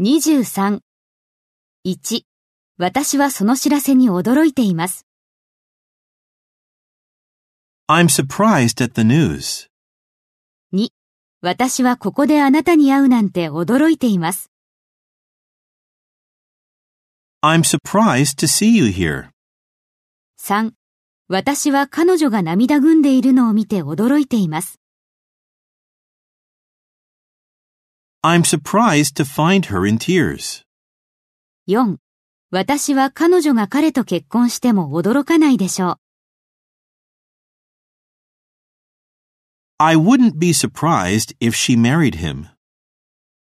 23。1、私はその知らせに驚いています。 I'm surprised at the news. 2、私はここであなたに会うなんて驚いています。 I'm surprised to see you here. 3、私は彼女が涙ぐんでいるのを見て驚いています。 I'm surprised to find her in tears. 4、私は彼女が彼と結婚しても驚かないでしょう。 I wouldn't be surprised if she married him.